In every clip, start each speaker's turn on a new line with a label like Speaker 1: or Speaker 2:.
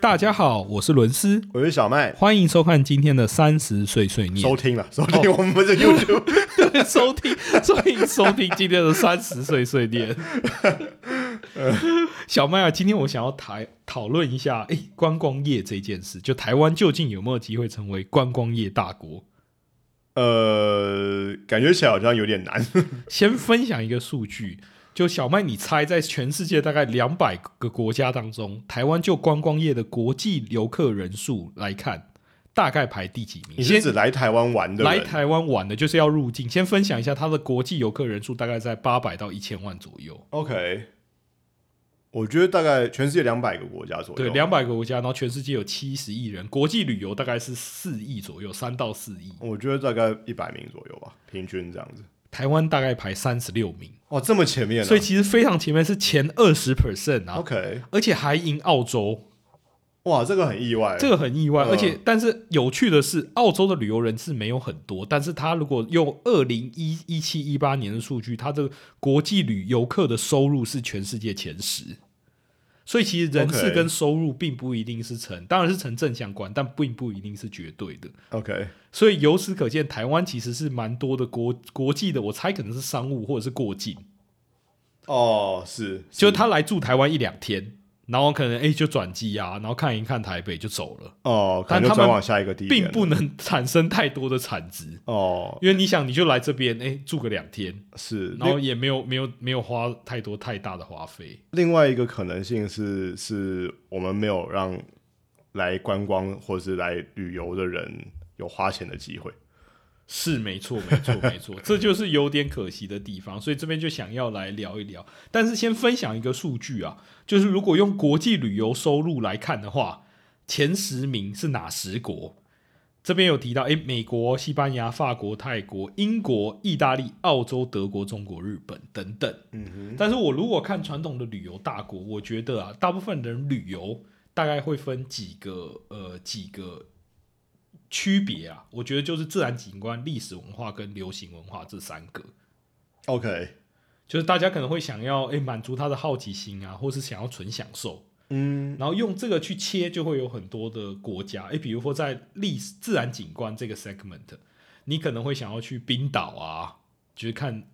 Speaker 1: 大家好，我是伦斯，
Speaker 2: 我是小麦，
Speaker 1: 欢迎收看今天的三十岁碎念
Speaker 2: 收听了，收听我们不 是 YouTube，
Speaker 1: 收听，欢迎收听今天的三十岁碎念。小麦啊，今天我想要谈讨论一下，哎、观光业这件事，就台湾究竟有没有机会成为观光业大国？
Speaker 2: 呃，感觉起来好像有 点难，
Speaker 1: 先分享一个数据，就小麦，你猜在全世界大概两百个国家当中，台湾就观光业的国际游客人数来看，大概排第几名？
Speaker 2: 你
Speaker 1: 先
Speaker 2: 是指来台湾玩的
Speaker 1: 来
Speaker 2: 人，
Speaker 1: 台湾玩的就是要入境，先分享一下它的国际游客人数大概在八百到一千万左右，
Speaker 2: OK，我觉得大概全世界两百个国家左右，
Speaker 1: 对，两百个国家，然后全世界有七十亿人，国际旅游大概是四亿左右，三到四亿，
Speaker 2: 我觉得大概一百名左右吧，平均这样子。
Speaker 1: 台湾大概排三十六名，
Speaker 2: 哦，这么前面、啊，
Speaker 1: 所以其实非常前面是前二十 percent 啊，
Speaker 2: OK，
Speaker 1: 而且还赢澳洲。
Speaker 2: 哇，这个很意外，
Speaker 1: 这个很意外，
Speaker 2: 嗯
Speaker 1: 而且但是有趣的是，澳洲的旅游人次没有很多，但是他如果用二零一一七一八年的数据，他的国际旅游客的收入是全世界前十，所以其实人次
Speaker 2: OK
Speaker 1: 跟收入并不一定是成，当然是成正相关，但并不一定是绝对的。
Speaker 2: OK，
Speaker 1: 所以由此可见，台湾其实是蛮多的国国际的，我猜可能是商务或者是过境，
Speaker 2: 哦，是，
Speaker 1: 就是他来住台湾一两天，然后可能哎、就转机啊，然后看一看台北就走了。
Speaker 2: 哦，可
Speaker 1: 但
Speaker 2: 能就
Speaker 1: 他们
Speaker 2: 转往下一个地点
Speaker 1: 并
Speaker 2: 了，
Speaker 1: 不能产生太多的产值，
Speaker 2: 哦，
Speaker 1: 因为你想，你就来这边，哎、住个两天，
Speaker 2: 是，
Speaker 1: 然后也没有没有没有花太多太大的花费，
Speaker 2: 另外一个可能性是，是我们没有让来观光或是来旅游的人有花钱的机会。
Speaker 1: 是没错，没错，没 错，这就是有点可惜的地方，所以这边就想要来聊一聊，但是先分享一个数据啊，就是如果用国际旅游收入来看的话，前十名是哪十国？这边有提到，哎、美国、西班牙、法国、泰国、英国、意大利、澳洲、德国、中国、日本等等。
Speaker 2: 嗯
Speaker 1: 但是我如果看传统的旅游大国，我觉得啊，大部分人旅游大概会分几个呃几个区别啊，我觉得就是自然景观、历史文化跟流行文化这三个。
Speaker 2: 哼，OK，
Speaker 1: 就是大家可能会想要诶满、足他的好奇心啊，或是想要纯享受，
Speaker 2: 嗯，
Speaker 1: 然后用这个去切，就会有很多的国家诶、比如说在历史自然景观这个 segment，你可能会想要去冰岛啊，就是看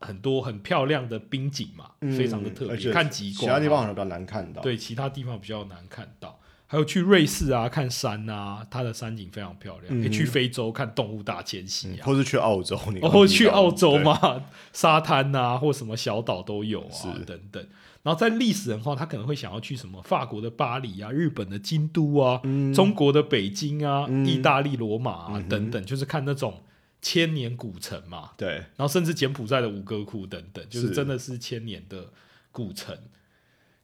Speaker 1: 很多很漂亮的冰景嘛，非常的特
Speaker 2: 嗯而
Speaker 1: 别，
Speaker 2: 且
Speaker 1: 看极
Speaker 2: 其
Speaker 1: 光啊、
Speaker 2: 他地方好像比较难看到。，
Speaker 1: 对，其他地方比较难看到。还有去瑞士啊，看山啊，它的山景非常漂亮。
Speaker 2: 嗯
Speaker 1: 诶去非洲看动物大迁徙啊，
Speaker 2: 或是去澳洲，
Speaker 1: 然
Speaker 2: 你刚
Speaker 1: 后
Speaker 2: 刚
Speaker 1: 哦去
Speaker 2: 提到
Speaker 1: 澳洲？嘛， 沙滩啊或什么小岛都有啊，
Speaker 2: 是
Speaker 1: 等等。然后在历史文化，他可能会想要去什么法国的巴黎啊、日本的京都啊、中国的北京啊、
Speaker 2: 嗯
Speaker 1: 意大利罗马啊、等等，就是看那种千年古城嘛。
Speaker 2: 对对，
Speaker 1: 然后甚至柬埔寨的吴哥窟等等，就是
Speaker 2: 是
Speaker 1: 真的是千年的古城。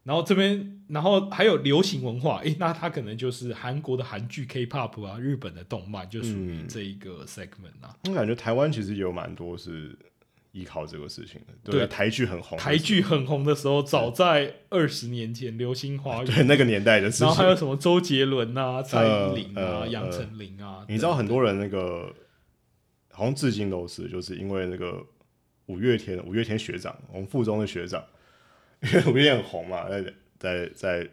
Speaker 1: 然后这边，然后还有流行文化，诶，那它可能就是韩国的韩剧、K-pop 啊，日本的动漫，就属于
Speaker 2: 嗯
Speaker 1: 这一个 segment 啊。
Speaker 2: 我感觉台湾其实也有蛮多是依靠这个事情的。
Speaker 1: 对
Speaker 2: 对，台剧很红，
Speaker 1: 台剧很红的时候，早在二十年前，《流星花园
Speaker 2: 对》，那个年代的事
Speaker 1: 然后还有
Speaker 2: 情。
Speaker 1: 什么周杰伦啊、蔡依林
Speaker 2: 呃
Speaker 1: 啊、
Speaker 2: 呃
Speaker 1: 杨丞琳啊，
Speaker 2: 你知道很多人那个好像至今都是，就是因为那个五月天，五月天学长，我们附中的学长， 因为五月天很红嘛，在在在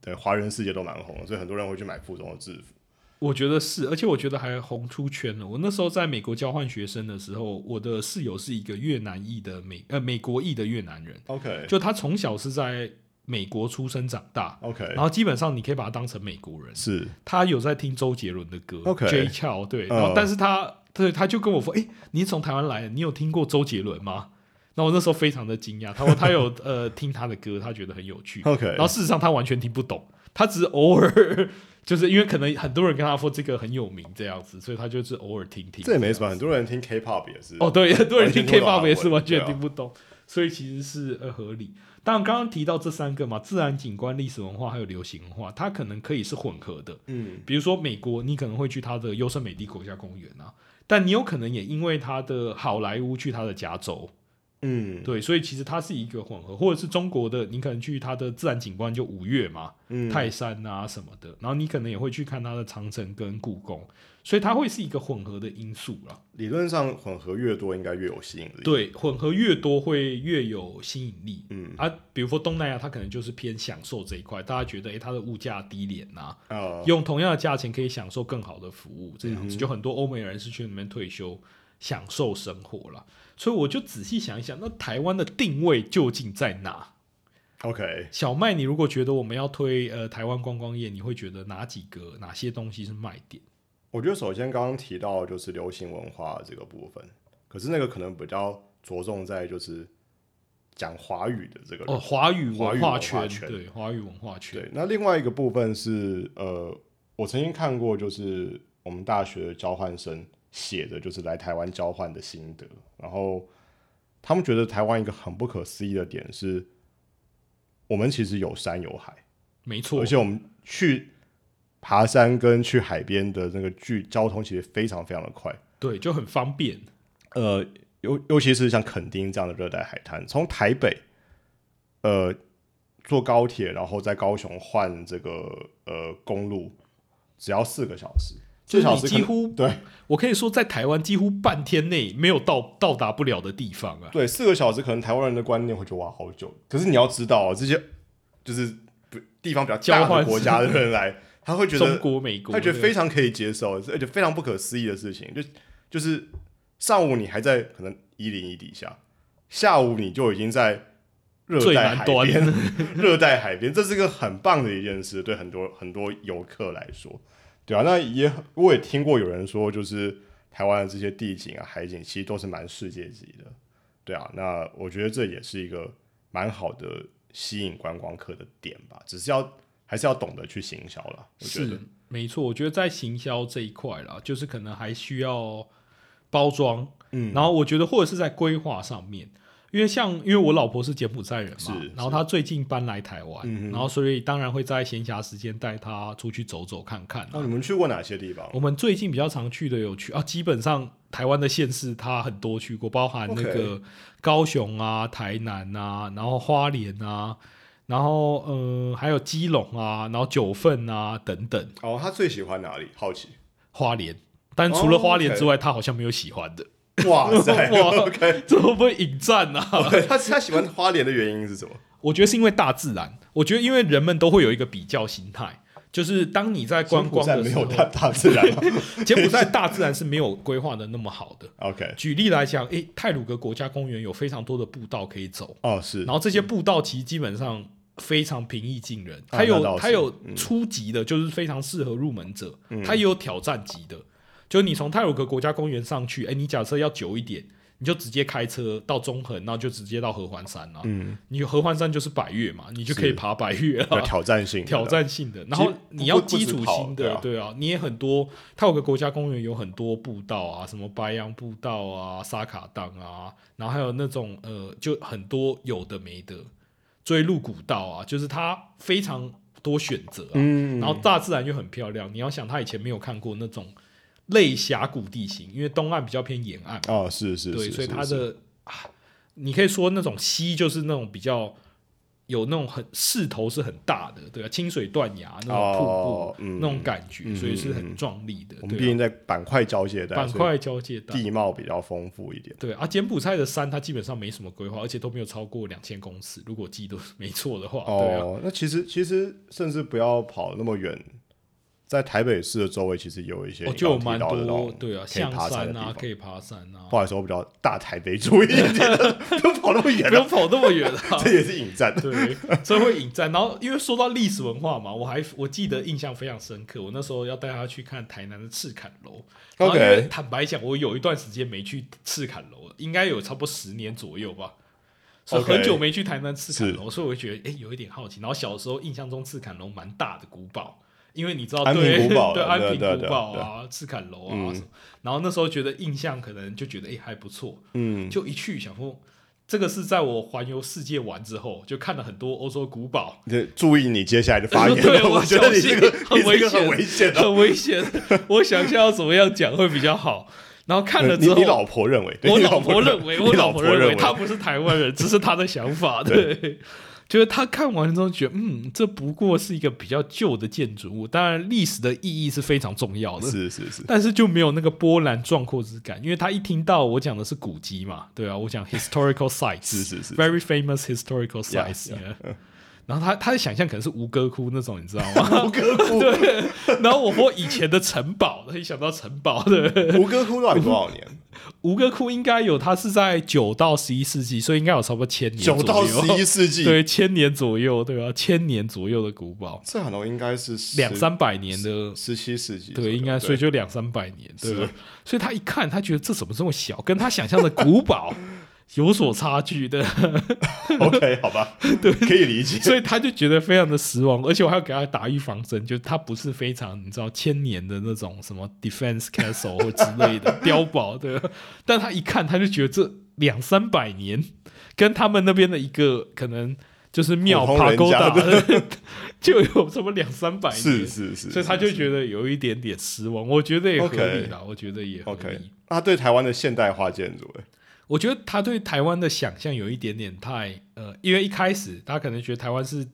Speaker 2: 在华人世界都蛮红的，所以很多人会去买附中的制服。
Speaker 1: 我觉得是，而且我觉得还红出圈了。我那时候在美国交换学生的时候，我的室友是一个越南裔的美呃美国裔的越南人，
Speaker 2: OK
Speaker 1: 就他从小是在美国出生长大，
Speaker 2: OK，
Speaker 1: 然后基本上你可以把他当成美国人。
Speaker 2: 是
Speaker 1: 他有在听周杰伦的歌
Speaker 2: OK
Speaker 1: J. Chow 对，
Speaker 2: 嗯
Speaker 1: 然后但是他对他就跟我说，诶，你从台湾来的，你有听过周杰伦吗？那我那时候非常的惊讶，他 说他有呃听他的歌，他觉得很有趣，
Speaker 2: OK
Speaker 1: 然后事实上他完全听不懂，他只是偶尔 就是因为可能很多人跟他说这个很有名这样子，所以他就是偶尔听听。
Speaker 2: 这也没什么，很多人听 K-pop 也是
Speaker 1: 哦， 对，很多人
Speaker 2: 完
Speaker 1: 听
Speaker 2: 全听不懂
Speaker 1: K-pop
Speaker 2: 韩
Speaker 1: 也是
Speaker 2: 文
Speaker 1: 完全
Speaker 2: 对啊
Speaker 1: 听不懂，所以其实是呃合理。当然，刚刚提到这三个嘛，自然景观、历史文化还有流行文化，它可能可以是混合的。
Speaker 2: 嗯
Speaker 1: 比如说美国，你可能会去它的优胜美地国家公园啊，但你有可能也因为它的好莱坞去它的加州，
Speaker 2: 嗯
Speaker 1: 对，所以其实它是一个混合，或者是中国的，你可能去它的自然景观就五岳嘛，
Speaker 2: 嗯，
Speaker 1: 泰山啊什么的，然后你可能也会去看它的长城跟故宫，所以它会是一个混合的因素啦。
Speaker 2: 理论上混合越多，应该越有吸引力。，
Speaker 1: 对，混合越多会越有吸引力
Speaker 2: 嗯
Speaker 1: 啊。比如说东南亚，它可能就是偏享受这一块，大家觉得诶、它的物价低廉呐、
Speaker 2: 啊，
Speaker 1: 用同样的价钱可以享受更好的服务，这样
Speaker 2: 嗯
Speaker 1: 子、
Speaker 2: 哼
Speaker 1: 就很多欧美人是去那边退休享受生活啦。所以我就仔细想一想，那台湾的定位究竟在哪？
Speaker 2: OK，
Speaker 1: 小麦，你如果觉得我们要推呃台湾观光业，你会觉得哪几个哪些东西是卖点？
Speaker 2: 我觉得首先刚刚提到就是流行文化这个部分，可是那个可能比较着重在就是讲华语的这个
Speaker 1: 哦，华语
Speaker 2: 华
Speaker 1: 文
Speaker 2: 语
Speaker 1: 化
Speaker 2: 文
Speaker 1: 圈
Speaker 2: 化，圈
Speaker 1: 对，华语文化圈，
Speaker 2: 对，那另外一个部分是呃，我曾经看过，就是我们大学的交换生写的，就是来台湾交换的心得。然后他们觉得台湾一个很不可思议的点是，我们其实有山有海，
Speaker 1: 没错
Speaker 2: 而，且我们去爬山跟去海边的那个距交通其实非常非常的快。
Speaker 1: 对，就很方便。
Speaker 2: 呃，尤尤其是像垦丁这样的热带海滩，从台北，呃，坐高铁，然后在高雄换这个呃公路，只要四个小时，
Speaker 1: 就
Speaker 2: 最
Speaker 1: 是
Speaker 2: 小
Speaker 1: 你
Speaker 2: 时
Speaker 1: 几
Speaker 2: 可能
Speaker 1: 乎，
Speaker 2: 对
Speaker 1: 我可以说在台湾几乎半天内没有到到达不了的地方啊。
Speaker 2: 对，四个小时可能台湾人的观念会觉得哇好久，可是你要知道、哦，这些就是不地方比较
Speaker 1: 交
Speaker 2: 大
Speaker 1: 换
Speaker 2: 的
Speaker 1: 是
Speaker 2: 国家的人来，他会觉
Speaker 1: 中
Speaker 2: 得
Speaker 1: 国、美国，
Speaker 2: 他觉
Speaker 1: 对
Speaker 2: 得非常可以接受，而且非常不可思议的事情，就就是上午你还在可能一零一底下，下午你就已经在热
Speaker 1: 最
Speaker 2: 带
Speaker 1: 南
Speaker 2: 海
Speaker 1: 端
Speaker 2: 边， 热带海边，这是个很棒的一件事，对很多很多游客来说，对啊，那也我也听过有人说，就是台湾的这些地景啊、海景，其实都是蛮世界级的，对啊，那我觉得这也是一个蛮好的吸引观光客的点吧，只是要还是要懂得去行销啦，我觉得
Speaker 1: 是，没错。我觉得在行销这一块啦，就是可能还需要包装，
Speaker 2: 嗯
Speaker 1: 然后我觉得或者是在规划上面，因为像因为我老婆是柬埔寨人嘛
Speaker 2: 是，
Speaker 1: 然后她最近搬来台湾，
Speaker 2: 嗯哼
Speaker 1: 然后所以当然会在闲暇时间带她出去走走看看、
Speaker 2: 那、你们去过哪些地方？
Speaker 1: 我们最近比较常去的有去啊，基本上台湾的县市他很多去过，包含那个高雄啊、台南啊，然后花莲啊，然后呃还有基隆啊，然后九份啊等等。
Speaker 2: 哦，他最喜欢哪里？好奇。
Speaker 1: 花莲，但除了
Speaker 2: 哦
Speaker 1: 花莲之外，他好像没有喜欢的，
Speaker 2: 哇塞
Speaker 1: 哇
Speaker 2: ，OK，
Speaker 1: 这会不会引战啊？
Speaker 2: 他他喜欢花莲的原因是什么？
Speaker 1: 我觉得是因为大自然，我觉得因为人们都会有一个比较心态。就是当你在观光
Speaker 2: 柬
Speaker 1: 的
Speaker 2: 埔寨没
Speaker 1: 时
Speaker 2: 有
Speaker 1: 候，
Speaker 2: 大大自然吗
Speaker 1: 柬埔寨大自然是没有规划的那么好的。
Speaker 2: ？OK，
Speaker 1: 举例来讲，诶，泰鲁格国家公园有非常多的步道可以走，
Speaker 2: 哦是
Speaker 1: 然，后这些步道其实基本上非常平易近人，
Speaker 2: 啊
Speaker 1: 它有、
Speaker 2: 那倒是
Speaker 1: 它有初级的，就是非常适合入门者，它也有挑战级的，就是你从泰鲁格国家公园上去，哎，你假设要久一点，你就直接开车到中横，然后就直接到合欢山了、
Speaker 2: 嗯，
Speaker 1: 你合欢山就是百越嘛，你就可以
Speaker 2: 是
Speaker 1: 爬百越
Speaker 2: 有
Speaker 1: 了。
Speaker 2: 挑战性的，
Speaker 1: 啊挑战性的，然后你要基础性
Speaker 2: 不止跑对
Speaker 1: 的，
Speaker 2: 啊
Speaker 1: 对啊，你也很多。泰鲁格国家公园有很多步道啊，什么白杨步道啊、沙卡当啊，然后还有那种呃，就很多有的没的追路古道啊，就是它非常多选择啊。
Speaker 2: 嗯，
Speaker 1: 然后大自然又很漂亮，你要想它以前没有看过那种类峡谷地形，因为东岸比较偏沿岸嘛，
Speaker 2: 哦是是，
Speaker 1: 对，
Speaker 2: 是
Speaker 1: 所以
Speaker 2: 是
Speaker 1: 它
Speaker 2: 是
Speaker 1: 的啊你可以说那种溪就是那种比较有那种很势头是很大的，对吧、啊清水断崖那种瀑布、
Speaker 2: 哦嗯
Speaker 1: 那种感觉，
Speaker 2: 嗯
Speaker 1: 所以是
Speaker 2: 嗯
Speaker 1: 很
Speaker 2: 嗯
Speaker 1: 壮丽的。
Speaker 2: 我们毕
Speaker 1: 对
Speaker 2: 竟在板块交界
Speaker 1: 啊、
Speaker 2: 带，
Speaker 1: 板
Speaker 2: 所以
Speaker 1: 块交界带，
Speaker 2: 地貌比较丰富一点。
Speaker 1: 对啊，柬埔寨的山它基本上没什么规划，而且都没有超过两千公尺，如果记得没错的话，对啊，
Speaker 2: 哦，那其实其实甚至不要跑那么远，在台北市的周围其实有一些
Speaker 1: 哦
Speaker 2: 你
Speaker 1: 就有
Speaker 2: 刚提
Speaker 1: 蛮
Speaker 2: 到的那
Speaker 1: 多
Speaker 2: 种
Speaker 1: 对啊，
Speaker 2: 可以
Speaker 1: 象
Speaker 2: 爬山的
Speaker 1: 山
Speaker 2: 地
Speaker 1: 啊
Speaker 2: 方，。哦
Speaker 1: 可以爬山啊，
Speaker 2: 不好意思，我比较大台北主义一点， 不用跑那么远
Speaker 1: 不
Speaker 2: 了，
Speaker 1: 用跑那么远啊。
Speaker 2: 这也是引战。
Speaker 1: 对，所以会引战。然后因为说到历史文化嘛，我还我记得印象非常深刻。我那时候要带他去看台南的赤坎楼，然后因为
Speaker 2: OK
Speaker 1: 坦白讲，我有一段时间没去赤坎楼了，应该有差不多十年左右吧。所以
Speaker 2: OK
Speaker 1: 很久没去台南赤坎楼，所以我就觉得哎、诶有一点好奇。然后小时候印象中赤坎楼蛮大的古堡，因为你知道
Speaker 2: 安平
Speaker 1: 对
Speaker 2: 古堡
Speaker 1: 对
Speaker 2: 对
Speaker 1: 安
Speaker 2: 对
Speaker 1: 平
Speaker 2: 对
Speaker 1: 古
Speaker 2: 对
Speaker 1: 堡啊、赤坎楼啊
Speaker 2: 嗯
Speaker 1: 什么。然后那时候觉得印象可能就觉得哎、诶还不错，
Speaker 2: 嗯，
Speaker 1: 就一去想说，这个是在我环游世界完之后，就看了很多欧洲古 堡，
Speaker 2: 你注意你接下来的发言。
Speaker 1: 对我
Speaker 2: 觉得你
Speaker 1: 小心
Speaker 2: 这个
Speaker 1: 很
Speaker 2: 你这
Speaker 1: 危
Speaker 2: 个
Speaker 1: 险
Speaker 2: 很危险的。哦
Speaker 1: 很危险。我想一下要怎么样讲会比较好。然后看了
Speaker 2: 你
Speaker 1: 之后，
Speaker 2: 你老婆认为，对
Speaker 1: 我
Speaker 2: 你
Speaker 1: 老
Speaker 2: 婆
Speaker 1: 婆认为，
Speaker 2: 你
Speaker 1: 我
Speaker 2: 老
Speaker 1: 婆
Speaker 2: 认
Speaker 1: 为他不是台湾人， 只是他的想法。
Speaker 2: 对
Speaker 1: 对，就是他看完之后觉得，嗯，这不过是一个比较旧的建筑物，当然历史的意义是非常重要的。
Speaker 2: 是 是是，
Speaker 1: 但是就没有那个波澜壮阔之感，因为他一听到我讲的是古迹嘛，对啊，我讲 historical sites，
Speaker 2: 是是是
Speaker 1: very famous historical
Speaker 2: Yeah,
Speaker 1: sites，yeah 然后他他的想象可能是吴哥窟那种，你知道吗？
Speaker 2: 吴哥窟，
Speaker 1: 然后我或以前的城堡，他一想到城堡的
Speaker 2: 吴哥窟到底多少 年？
Speaker 1: 吴哥窟应该有，它是在九到十一世纪，所以应该有差不多千年左
Speaker 2: 九
Speaker 1: 右。
Speaker 2: 到十一世纪，
Speaker 1: 对，千年左右，对吧、千年左右的古堡，
Speaker 2: 这好像应该是十
Speaker 1: 两三百年的，
Speaker 2: 十七世纪左右，
Speaker 1: 对，应该所以就两三百年，对吧
Speaker 2: 是？
Speaker 1: 所以他一看，他觉得这怎么这么小，跟他想象的古 堡有所差距的，
Speaker 2: OK 好吧，对，可以理 解，
Speaker 1: 所以他就觉得非常的失望。而且我还要给他打预防针，就是他不是非常你知道千年的那种什么 defense castle 或之类的 碉堡，对吧？但他一看，他就觉得这两三百年跟他们那边的一个可能。就是庙
Speaker 2: 普
Speaker 1: 爬
Speaker 2: 通人
Speaker 1: 勾
Speaker 2: 家
Speaker 1: 打
Speaker 2: 的
Speaker 1: 就有什么两三百年，
Speaker 2: 是是是，
Speaker 1: 所以他
Speaker 2: 是
Speaker 1: 就是觉得有一点点失望。我觉得也合
Speaker 2: OK
Speaker 1: 理啦我觉得也合理。
Speaker 2: OK，那他对台湾的现代化建筑，哎
Speaker 1: 我觉得他对台湾的想象有一点点太呃，因为一开始他可能觉得台湾是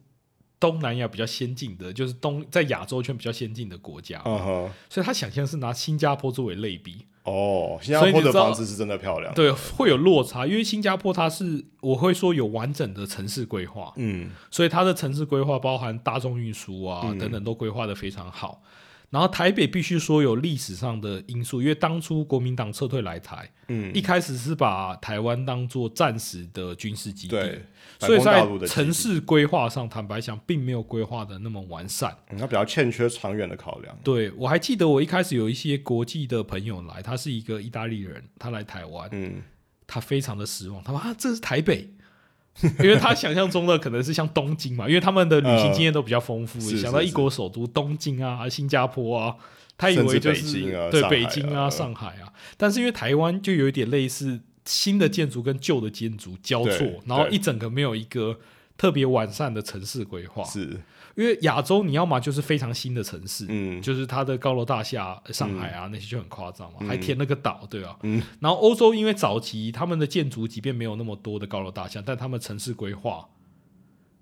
Speaker 1: 东南亚比较先进的，就是东在亚洲圈比较先进的国家，
Speaker 2: 嗯哼，
Speaker 1: 所以他想象是拿新加坡作为类比，
Speaker 2: 哦，新加
Speaker 1: 所以你
Speaker 2: 坡的
Speaker 1: 知道
Speaker 2: 房子是真的漂亮，
Speaker 1: 对，会有落差。因为新加坡它是我会说有完整的城市规划，
Speaker 2: 嗯，
Speaker 1: 所以它的城市规划包含大众运输啊、
Speaker 2: 嗯
Speaker 1: 等等都规划的非常好。然后台北必须说有历史上的因素，因为当初国民党撤退来台，
Speaker 2: 嗯
Speaker 1: 一开始是把台湾当做暂时的军事基地，
Speaker 2: 对，
Speaker 1: 所以
Speaker 2: 反攻大
Speaker 1: 在
Speaker 2: 陆的基地
Speaker 1: 城，市规划上，坦白讲，并没有规划的那么完善。
Speaker 2: 嗯它比较欠缺长远的考量，
Speaker 1: 对我还记得，我一开始有一些国际的朋友来，他是一个意大利人，他来台湾，
Speaker 2: 嗯，
Speaker 1: 他非常的失望，他说啊，这是台北， 因为他想象中的可能是像东京嘛，因为他们的旅行经验都比较丰富，
Speaker 2: 呃是
Speaker 1: 想到
Speaker 2: 是
Speaker 1: 异国首都东京啊、新加坡啊，他以
Speaker 2: 甚
Speaker 1: 为
Speaker 2: 至
Speaker 1: 就
Speaker 2: 北
Speaker 1: 是
Speaker 2: 京啊
Speaker 1: 对
Speaker 2: 上海
Speaker 1: 北京
Speaker 2: 啊
Speaker 1: 上海啊，但是因为台湾就有一点类似新的建筑跟旧的建筑交错
Speaker 2: 对，
Speaker 1: 然后
Speaker 2: 对
Speaker 1: 一整个没有一个。特别完善的城市规划，
Speaker 2: 是，
Speaker 1: 因为亚洲你要么就是非常新的城市，
Speaker 2: 嗯，
Speaker 1: 就是它的高楼大厦、呃上海啊、那些就很夸张嘛，还填了个岛，对啊。
Speaker 2: 嗯
Speaker 1: 然后欧洲因为早期他们的建筑即便没有那么多的高楼大厦，但他们城市规划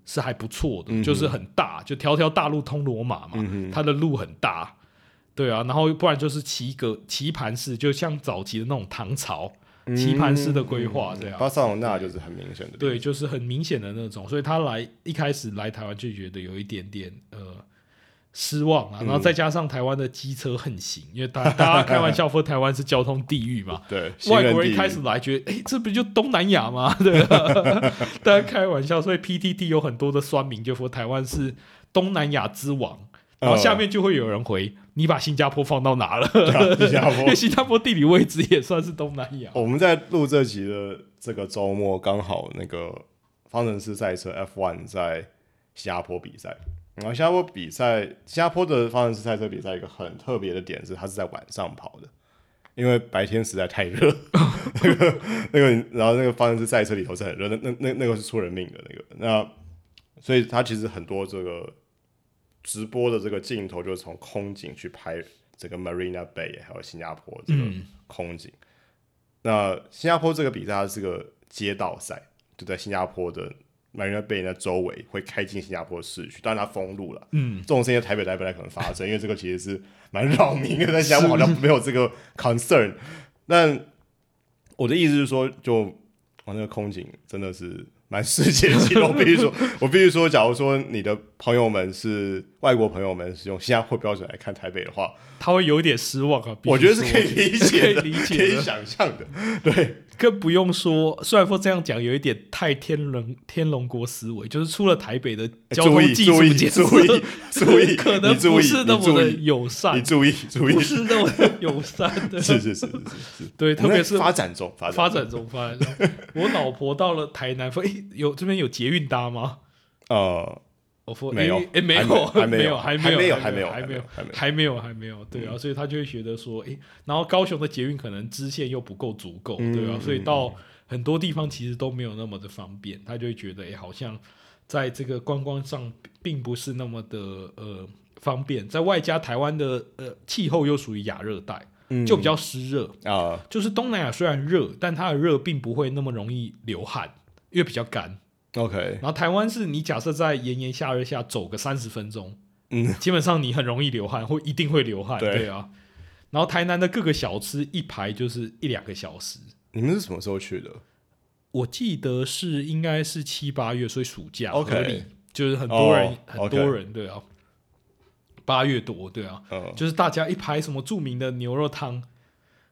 Speaker 1: 是还不错的，
Speaker 2: 嗯哼
Speaker 1: 就是很大，就条条大路通罗马嘛，
Speaker 2: 嗯哼
Speaker 1: 它的路很大，对啊。然后不然就是棋格棋盘式，就像早期的那种唐朝
Speaker 2: 嗯
Speaker 1: 棋盘式的规划啊这样。
Speaker 2: 巴塞罗那就是很明显的，
Speaker 1: 对，，就是很明显的那种，所以他来一开始来台湾就觉得有一点点呃失望啊，然后
Speaker 2: 嗯
Speaker 1: 再加上台湾的机车横行，因为大大家开玩笑说台湾是交通地狱嘛，
Speaker 2: 对， 行
Speaker 1: 外
Speaker 2: 人
Speaker 1: 国人
Speaker 2: 地
Speaker 1: 一
Speaker 2: 狱
Speaker 1: 开始来觉得，哎、这不就东南亚吗？ 对吧？大家开玩笑，所以 PTT 有很多的酸民就说台湾是东南亚之王，然
Speaker 2: 嗯
Speaker 1: 后下面就会有人回，你把新加坡放到哪了？
Speaker 2: 啊新加坡
Speaker 1: 因为新加坡地理位置也算是东南亚。
Speaker 2: 我们在录这集的这个周末，刚好那个方程式赛车 F1 在新加坡比赛，然后新加坡比赛，新加坡的方程式赛车比赛一个很特别的点是，它是在晚上跑的，因为白天实在太热， 那个那个，然后那个方程式赛车里头是很热，那那那那个是出人命的那个，那所以它其实很多这个直播的这个镜头就是从空景去拍这个 Marina Bay 还有新加坡这个空景。那新加坡这个比赛它是个街道赛，就在新加坡的 Marina Bay 那周围会开进新加坡市区，当然它封路了。
Speaker 1: 嗯，
Speaker 2: 这种事情在台北、台北来可能发生，因为这个其实是蛮扰民的，在新加坡好像没有这个 concern。但我的意思是说，就哇，那个空景真的是蛮世界级 的。我必须说，我必须说，假如说你的朋友们是外国朋友们是用新加坡标准来看台北的话，
Speaker 1: 他会有一点失望啊。必须
Speaker 2: 我觉得是
Speaker 1: 说
Speaker 2: 可以理解 的，
Speaker 1: 可以理解
Speaker 2: 可
Speaker 1: 的
Speaker 2: 以想象的。对，
Speaker 1: 更不用说，虽然说这样讲有一点太天龙天龙国思维，就是出了台北的交
Speaker 2: 哎注
Speaker 1: 通
Speaker 2: 意
Speaker 1: 技
Speaker 2: 注
Speaker 1: 术
Speaker 2: 意
Speaker 1: 检测，
Speaker 2: 注意注意，
Speaker 1: 可能
Speaker 2: 你注
Speaker 1: 不
Speaker 2: 意
Speaker 1: 是那么
Speaker 2: 你注
Speaker 1: 的
Speaker 2: 意，
Speaker 1: 友
Speaker 2: 你
Speaker 1: 善，
Speaker 2: 注意注意
Speaker 1: 不，是那么的友 善的。
Speaker 2: 是是是是是是，
Speaker 1: 对，
Speaker 2: 我
Speaker 1: 特
Speaker 2: 们
Speaker 1: 别
Speaker 2: 在
Speaker 1: 是
Speaker 2: 发展中，发展
Speaker 1: 发展中，发展 中。我老婆到了台南，说：“诶，有这边有捷运搭吗
Speaker 2: 呃？”
Speaker 1: 我说：“
Speaker 2: 没有
Speaker 1: 诶，诶没
Speaker 2: 还
Speaker 1: 有，
Speaker 2: 没
Speaker 1: 没还
Speaker 2: 还 没
Speaker 1: 没
Speaker 2: 有
Speaker 1: 还
Speaker 2: 还没有
Speaker 1: 还
Speaker 2: 还没
Speaker 1: 没
Speaker 2: 有
Speaker 1: 有，
Speaker 2: 还没有
Speaker 1: 还没有，还没有，
Speaker 2: 嗯
Speaker 1: 对啊，所以他就会觉得说，诶，然后高雄的捷运可能支线又不够足够，
Speaker 2: 嗯
Speaker 1: 对啊，所以
Speaker 2: 嗯
Speaker 1: 到很多地方其实都没有那么的方便，他就会觉得，诶，好像在这个观光上并不是那么的呃方便，在外加台湾的呃气候又属于亚热带，
Speaker 2: 嗯
Speaker 1: 就比较湿热。
Speaker 2: 啊，
Speaker 1: 就是东南亚虽然热，但它的热并不会那么容易流汗，因为比较干。
Speaker 2: OK，
Speaker 1: 然后台湾是你假设在炎炎夏日下走个三十分钟，
Speaker 2: 嗯，
Speaker 1: 基本上你很容易流汗，或一定会流汗，
Speaker 2: 对
Speaker 1: 对啊。然后台南的各个小吃一排就是一两个小时，
Speaker 2: 你们是什么时候去的？
Speaker 1: 我记得是应该是七八月，所以暑假
Speaker 2: OK
Speaker 1: 合理就是很多人、
Speaker 2: 哦
Speaker 1: 很多
Speaker 2: OK
Speaker 1: 人对啊，八月多对啊，
Speaker 2: 嗯，
Speaker 1: 就是大家一排什么著名的牛肉汤。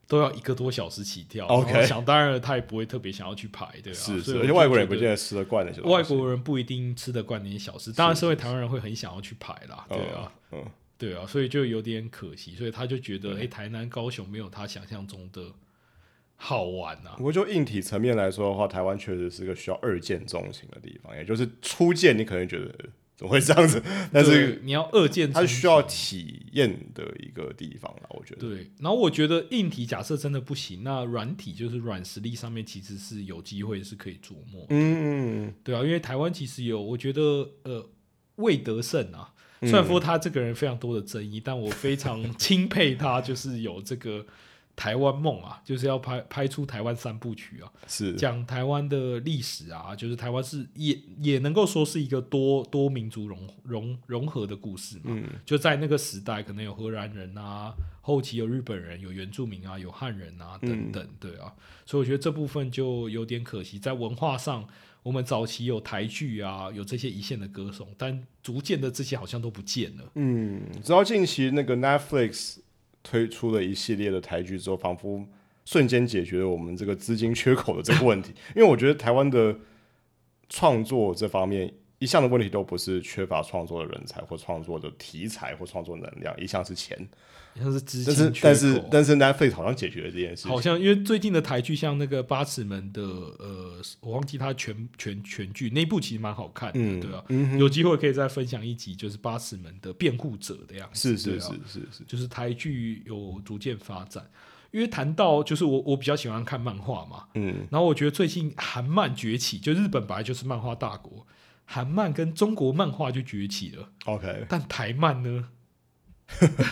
Speaker 1: 都要一个多小时起跳
Speaker 2: OK
Speaker 1: 然后想当然了，他也不会特别想要去排，对啊，
Speaker 2: 是
Speaker 1: 所以
Speaker 2: 是，
Speaker 1: 我
Speaker 2: 而且
Speaker 1: 就
Speaker 2: 外国人
Speaker 1: 觉
Speaker 2: 也不
Speaker 1: 得
Speaker 2: 见得吃得惯那些东西。
Speaker 1: 外国人不一定吃得惯那些小吃，当然身为台湾人会很想要去排啦，
Speaker 2: 嗯
Speaker 1: 对啊，，
Speaker 2: 嗯，
Speaker 1: 对啊，所以就有点可惜，所以他就觉得，哎、台南、高雄没有他想象中的好玩啊
Speaker 2: 不。过就硬体层面来说的话，台湾确实是个需要二建中型的地方，也就是初建你可能觉得呃怎么会这样子， 但是
Speaker 1: 对你要二建
Speaker 2: 它
Speaker 1: 成
Speaker 2: 是需要体验的一个地方啦，我觉得。
Speaker 1: 对，然后我觉得硬体假设真的不行，那软体就是软实力上面其实是有机会是可以琢磨，
Speaker 2: 嗯，嗯
Speaker 1: 对啊，因为台湾其实有，我觉得呃魏德胜啊，虽然说他这个人非常多的争议，但我非常钦佩他，就是有这个台湾梦啊，就是要拍拍出台湾三部曲啊，
Speaker 2: 是
Speaker 1: 讲台湾的历史啊，就是台湾是也也能够说是一个多多民族融融融合的故事嘛。
Speaker 2: 嗯
Speaker 1: 就在那个时代，可能有荷兰人啊，后期有日本人，有原住民啊，有汉人啊
Speaker 2: 嗯
Speaker 1: 等等，对啊，所以我觉得这部分就有点可惜，在文化上，我们早期有台剧啊，有这些一线的歌颂，但逐渐的这些好像都不见了。
Speaker 2: 嗯，直到近期那个 Netflix 推出了一系列的台剧之后，仿佛瞬间解决了我们这个资金缺口的这个问题。因为我觉得台湾的创作这方面，一向的问题都不是缺乏创作的人才或创作的题材或创作能量，一向是钱。
Speaker 1: 像是资
Speaker 2: 但是
Speaker 1: 金缺
Speaker 2: 但是
Speaker 1: 口，啊
Speaker 2: 但是 Netflix 好像解决了这件事
Speaker 1: 好
Speaker 2: 情。
Speaker 1: 像因为最近的台剧，像那个八尺门的，呃，我忘记它全全全剧那部其实蛮好看的，
Speaker 2: 嗯
Speaker 1: 对啊，
Speaker 2: 嗯
Speaker 1: 有机会可以再分享一集，就是八尺门的辩护者的样子，
Speaker 2: 是是
Speaker 1: 对啊
Speaker 2: 是嗯是是，
Speaker 1: 就是台剧有逐渐发展。因为谈到就是我我比较喜欢看漫画嘛，
Speaker 2: 嗯，
Speaker 1: 然后我觉得最近韩漫崛起，就日本本来就是漫画大国，韩漫跟中国漫画就崛起了，
Speaker 2: 哦 OK，
Speaker 1: 但台漫呢？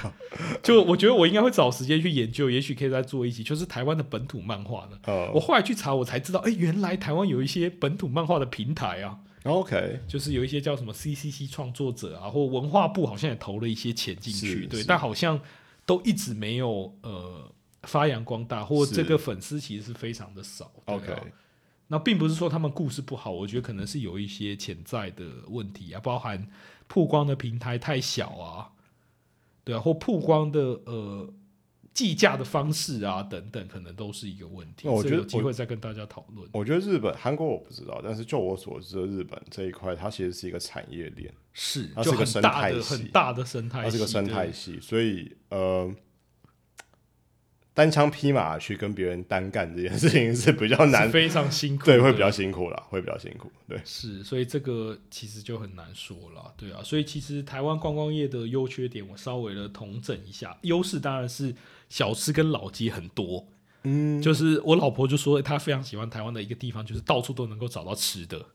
Speaker 1: 就我觉得我应该会找时间去研究，也许可以再做一集，就是台湾的本土漫画呢。
Speaker 2: 呃
Speaker 1: 我后来去查，我才知道，哎、原来台湾有一些本土漫画的平台啊，
Speaker 2: ，OK，
Speaker 1: 就是有一些叫什么 CCC 创作者啊，或文化部好像也投了一些钱进去，
Speaker 2: 是
Speaker 1: 对，
Speaker 2: 是
Speaker 1: 但好像都一直没有呃发扬光大，或
Speaker 2: 是
Speaker 1: 这个粉丝其实是非常的少。对啊
Speaker 2: OK
Speaker 1: 那并不是说他们故事不好，我觉得可能是有一些潜在的问题啊，包含曝光的平台太小啊，对啊，或曝光的呃计价的方式啊等等，可能都是一个问题。
Speaker 2: 那我
Speaker 1: 这
Speaker 2: 觉得
Speaker 1: 有机会再跟大家讨论。
Speaker 2: 我觉得日本、韩国我不知道，但是就我所知的日本这一块，它其实是一个产业链，
Speaker 1: 是，
Speaker 2: 它
Speaker 1: 就是
Speaker 2: 个
Speaker 1: 很
Speaker 2: 生
Speaker 1: 大
Speaker 2: 态
Speaker 1: 的
Speaker 2: 系
Speaker 1: 很大的生态系，
Speaker 2: 它是个生
Speaker 1: 对
Speaker 2: 态系，所以呃，单枪匹马去跟别人单干这件事情是比较
Speaker 1: 是
Speaker 2: 难，
Speaker 1: 非常辛苦的，
Speaker 2: 对，会比较辛苦啦，会比较辛苦，对，
Speaker 1: 是，所以这个其实就很难说了，对啊，所以其实台湾观光业的优缺点，我稍微的统整一下，优势当然是小吃跟老街很多，
Speaker 2: 嗯，
Speaker 1: 就是我老婆就说她非常喜欢台湾的一个地方，就是到处都能够找到吃的，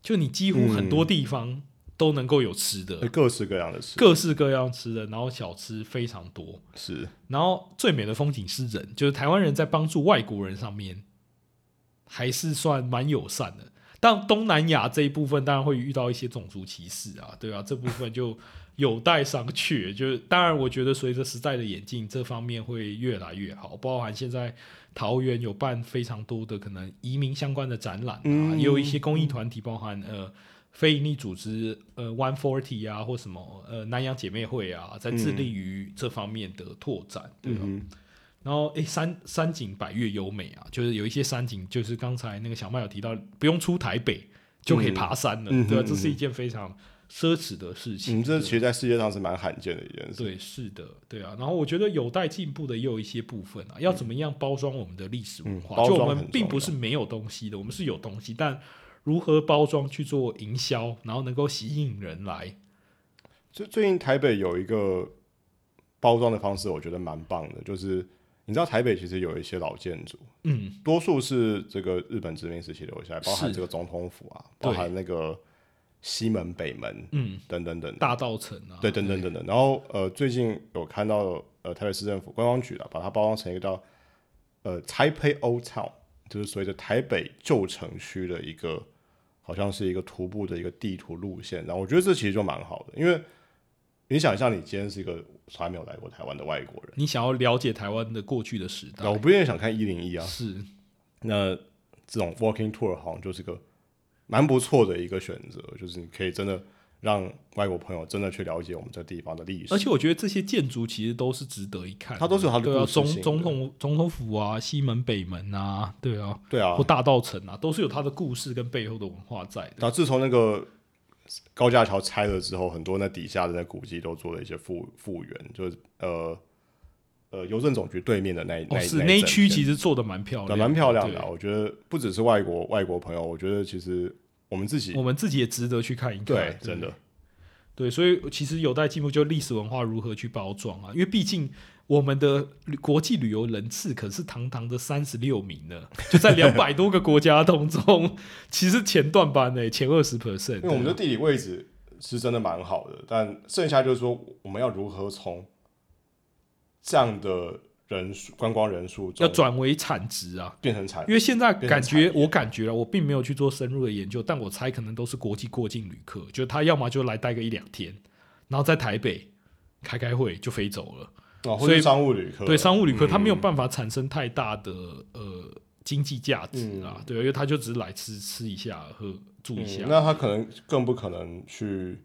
Speaker 1: 就你几乎很多地方都能够有吃的，
Speaker 2: 各式各样的事，
Speaker 1: 各式各样吃的，然后小吃非常多，
Speaker 2: 是
Speaker 1: 然后最美的风景是人，就是台湾人在帮助外国人上面，还是算蛮友善的。但东南亚这一部分当然会遇到一些种族歧视啊，对啊，这部分就有待商榷。就是当然，我觉得随着时代的演进，这方面会越来越好。包含现在桃园有办非常多的可能移民相关的展览啊，
Speaker 2: 嗯
Speaker 1: 也有一些公益团体，包含呃非营利组织呃 One Forty 啊，或什么呃南洋姐妹会啊，在致力于这方面的拓展，对啊吧？
Speaker 2: 嗯
Speaker 1: 然后诶，山山景百越优美啊，就是有一些山景，就是刚才那个小麦有提到，不用出台北就可以爬山了，
Speaker 2: 嗯
Speaker 1: 对吧、
Speaker 2: 嗯哼
Speaker 1: 这是一件非常奢侈的事
Speaker 2: 哼，
Speaker 1: 情。
Speaker 2: 嗯，这
Speaker 1: 对
Speaker 2: 其实在世界上是蛮罕见的一件事，
Speaker 1: 对，是的，对啊。然后我觉得有待进步的也有一些部分啊，要怎么样包装我们的历史文
Speaker 2: 嗯
Speaker 1: 化？
Speaker 2: 包
Speaker 1: 就我
Speaker 2: 装
Speaker 1: 们
Speaker 2: 很
Speaker 1: 并
Speaker 2: 重
Speaker 1: 不
Speaker 2: 要
Speaker 1: 是没有东西的，我们是有东西，但如何包装去做营销，然后能够吸引人来，
Speaker 2: 最最近台北有一个包装的方式，我觉得蛮棒的，就是你知道台北其实有一些老建筑，
Speaker 1: 嗯，
Speaker 2: 多数是这个日本殖民时期留下来，包含
Speaker 1: 是
Speaker 2: 这个总统府啊，
Speaker 1: 对
Speaker 2: 包含那个西门、北门
Speaker 1: 嗯，
Speaker 2: 等等等，
Speaker 1: 大道城啊，
Speaker 2: 对，等等等等。然后呃，最近有看到呃台北市政府观光局啊，把它包装成一个叫呃 Taipei Old Town，就是所谓的台北旧城区的一个，好像是一个徒步的一个地图路线。然后我觉得这其实就蛮好的，因为你想象你今天是一个从来没有来过台湾的外国人，
Speaker 1: 你想要了解台湾的过去的时代，
Speaker 2: 那我不愿意想看一零一啊，
Speaker 1: 是
Speaker 2: 那这种 walking tour 好像就是个蛮不错的一个选择，就是你可以真的让外国朋友真的去了解我们这地方的历史
Speaker 1: 而。且我觉得这些建筑其实都是值得一看，
Speaker 2: 它都是有它的
Speaker 1: 对啊，
Speaker 2: 故事性
Speaker 1: 总总
Speaker 2: 的
Speaker 1: 统总统府啊，西门北门啊，对啊，
Speaker 2: 对啊
Speaker 1: 或，大道城啊，都是有它的故事跟背后的文化在的。
Speaker 2: 那自从那个高架桥拆了之后，很多那底下的那古迹都做了一些复复原，就是呃呃邮政总局对面的那一
Speaker 1: 哦，
Speaker 2: 那
Speaker 1: 是
Speaker 2: 那
Speaker 1: 那一区其
Speaker 2: 实
Speaker 1: 实做的蛮漂亮的，
Speaker 2: 蛮漂亮的啊。
Speaker 1: 对。
Speaker 2: 我觉得不只是外国外国朋友，我觉得其实我们自己
Speaker 1: 我们自己也值得去看一看，
Speaker 2: 对真的
Speaker 1: 对，所以其实有待进步，就历史文化如何去包装啊？因为毕竟我们的旅国际旅游人次可是堂堂的三十六名呢，就在两百多个国家当中， 其实前段班呢、前二十 percent，啊
Speaker 2: 因为我们的地理位置是真的蛮好的，但剩下就是说，我们要如何从这样的人数、观光人数中
Speaker 1: 要转为产值啊。
Speaker 2: 变成产
Speaker 1: 因为现在感觉
Speaker 2: 变成，呃产业
Speaker 1: 我感觉啊，我并没有去做深入的研究，但我猜可能都是国际过境旅客，就他要么就来待个一两天，然后在台北开开会就飞走了。
Speaker 2: 哦，或
Speaker 1: 所
Speaker 2: 者
Speaker 1: 以
Speaker 2: 是商务旅客
Speaker 1: 对商务旅
Speaker 2: 嗯
Speaker 1: 客，他没有办法产生太大的呃经济价值啊，对，因为他就只是来吃吃一下、喝住一下
Speaker 2: 嗯，那他可能更不可能去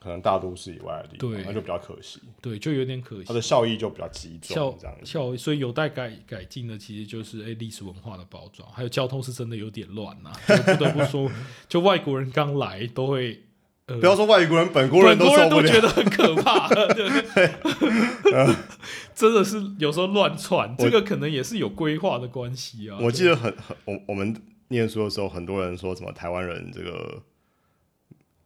Speaker 2: 可能大都市以外的地
Speaker 1: 对
Speaker 2: 方，那就比较可惜，
Speaker 1: 对，就有点可
Speaker 2: 它
Speaker 1: 惜。
Speaker 2: 的效益就比较集
Speaker 1: 效
Speaker 2: 中这样子。
Speaker 1: 效，所以有待改改进的，其实就是哎历史文化的包装，还有交通是真的有点乱呐、就不得不 说，就外国人刚来都会。呃
Speaker 2: 不要说外国人，本国
Speaker 1: 很
Speaker 2: 人
Speaker 1: 多
Speaker 2: 受
Speaker 1: 人
Speaker 2: 不
Speaker 1: 都觉
Speaker 2: 了。
Speaker 1: 得很可 怕，对，真的是有时候乱窜，这个可能也是有规划的关系啊。
Speaker 2: 我记得很很，我我们念书的时候，很多人说什么台湾人这个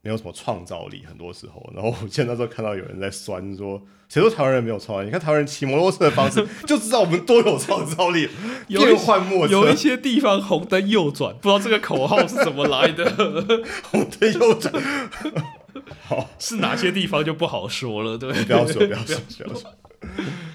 Speaker 2: 没有什么创造力，很多时候。然后我记得那时候看到有人在酸说，谁说台湾人没有创造力？你看台湾人骑摩托车的方式，就知道我们多有创造力，
Speaker 1: 有一
Speaker 2: 变幻莫测
Speaker 1: 有 一。些地方红灯右转，不知道这个口号是怎么来的，
Speaker 2: 红灯右转，
Speaker 1: 是哪些地方就不好说了，对
Speaker 2: 不要说，不要说，不 要说。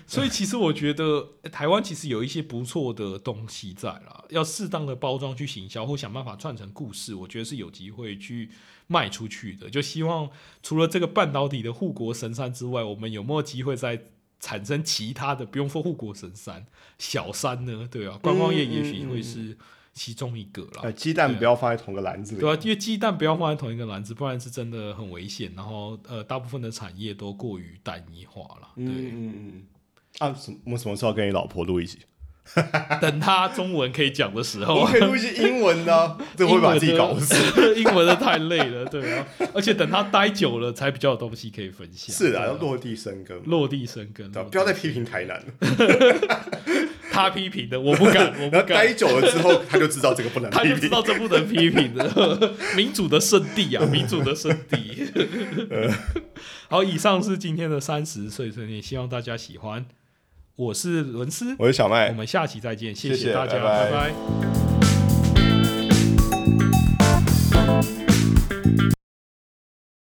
Speaker 1: 所以其实我觉得呃台湾其实有一些不错的东西在啦，要适当的包装去行销，或想办法串成故事，我觉得是有机会去卖出去的。就希望除了这个半导体的护国神山之外，我们有没有机会再产生其他的，不用说护国神山，小山呢？对啊，观光业也许会是其中一个啦。
Speaker 2: 呃，鸡蛋不要放在同个篮子里。
Speaker 1: 对啊，因为鸡蛋不要放在同一个篮子，不然是真的很危险。然后呃，大部分的产业都过于单一化了。对，
Speaker 2: 嗯嗯嗯。啊，什么我们什么时候跟你老婆录一集？
Speaker 1: 等他中文可以讲的时
Speaker 2: 我
Speaker 1: 候
Speaker 2: 们，可以录一些英文 的啊，这会把自己搞死。
Speaker 1: 哦死。英文的太累了，对啊。而且等他待久了，才比较有东西可以分享。
Speaker 2: 是的，啊
Speaker 1: 对啊嗯
Speaker 2: 要落地生根嘛。
Speaker 1: 落地生根。
Speaker 2: 对
Speaker 1: 落
Speaker 2: 啊
Speaker 1: 地
Speaker 2: 不要再批评台南了。
Speaker 1: 他批评的，我不敢， 我
Speaker 2: 然
Speaker 1: 不
Speaker 2: 后
Speaker 1: 敢
Speaker 2: 待。久了之后，他就知道这个不 能
Speaker 1: 他
Speaker 2: 批
Speaker 1: 就知
Speaker 2: 评。
Speaker 1: 道这不能批评的， 民主的圣地啊，民主的圣 地。
Speaker 2: 呃
Speaker 1: 好，以上是今天的三十岁碎念，希望大家喜欢。我是伦斯，
Speaker 2: 我是小麦
Speaker 1: 我，们下期再见，谢
Speaker 2: 谢谢
Speaker 1: 大家，拜
Speaker 2: 拜拜
Speaker 1: 拜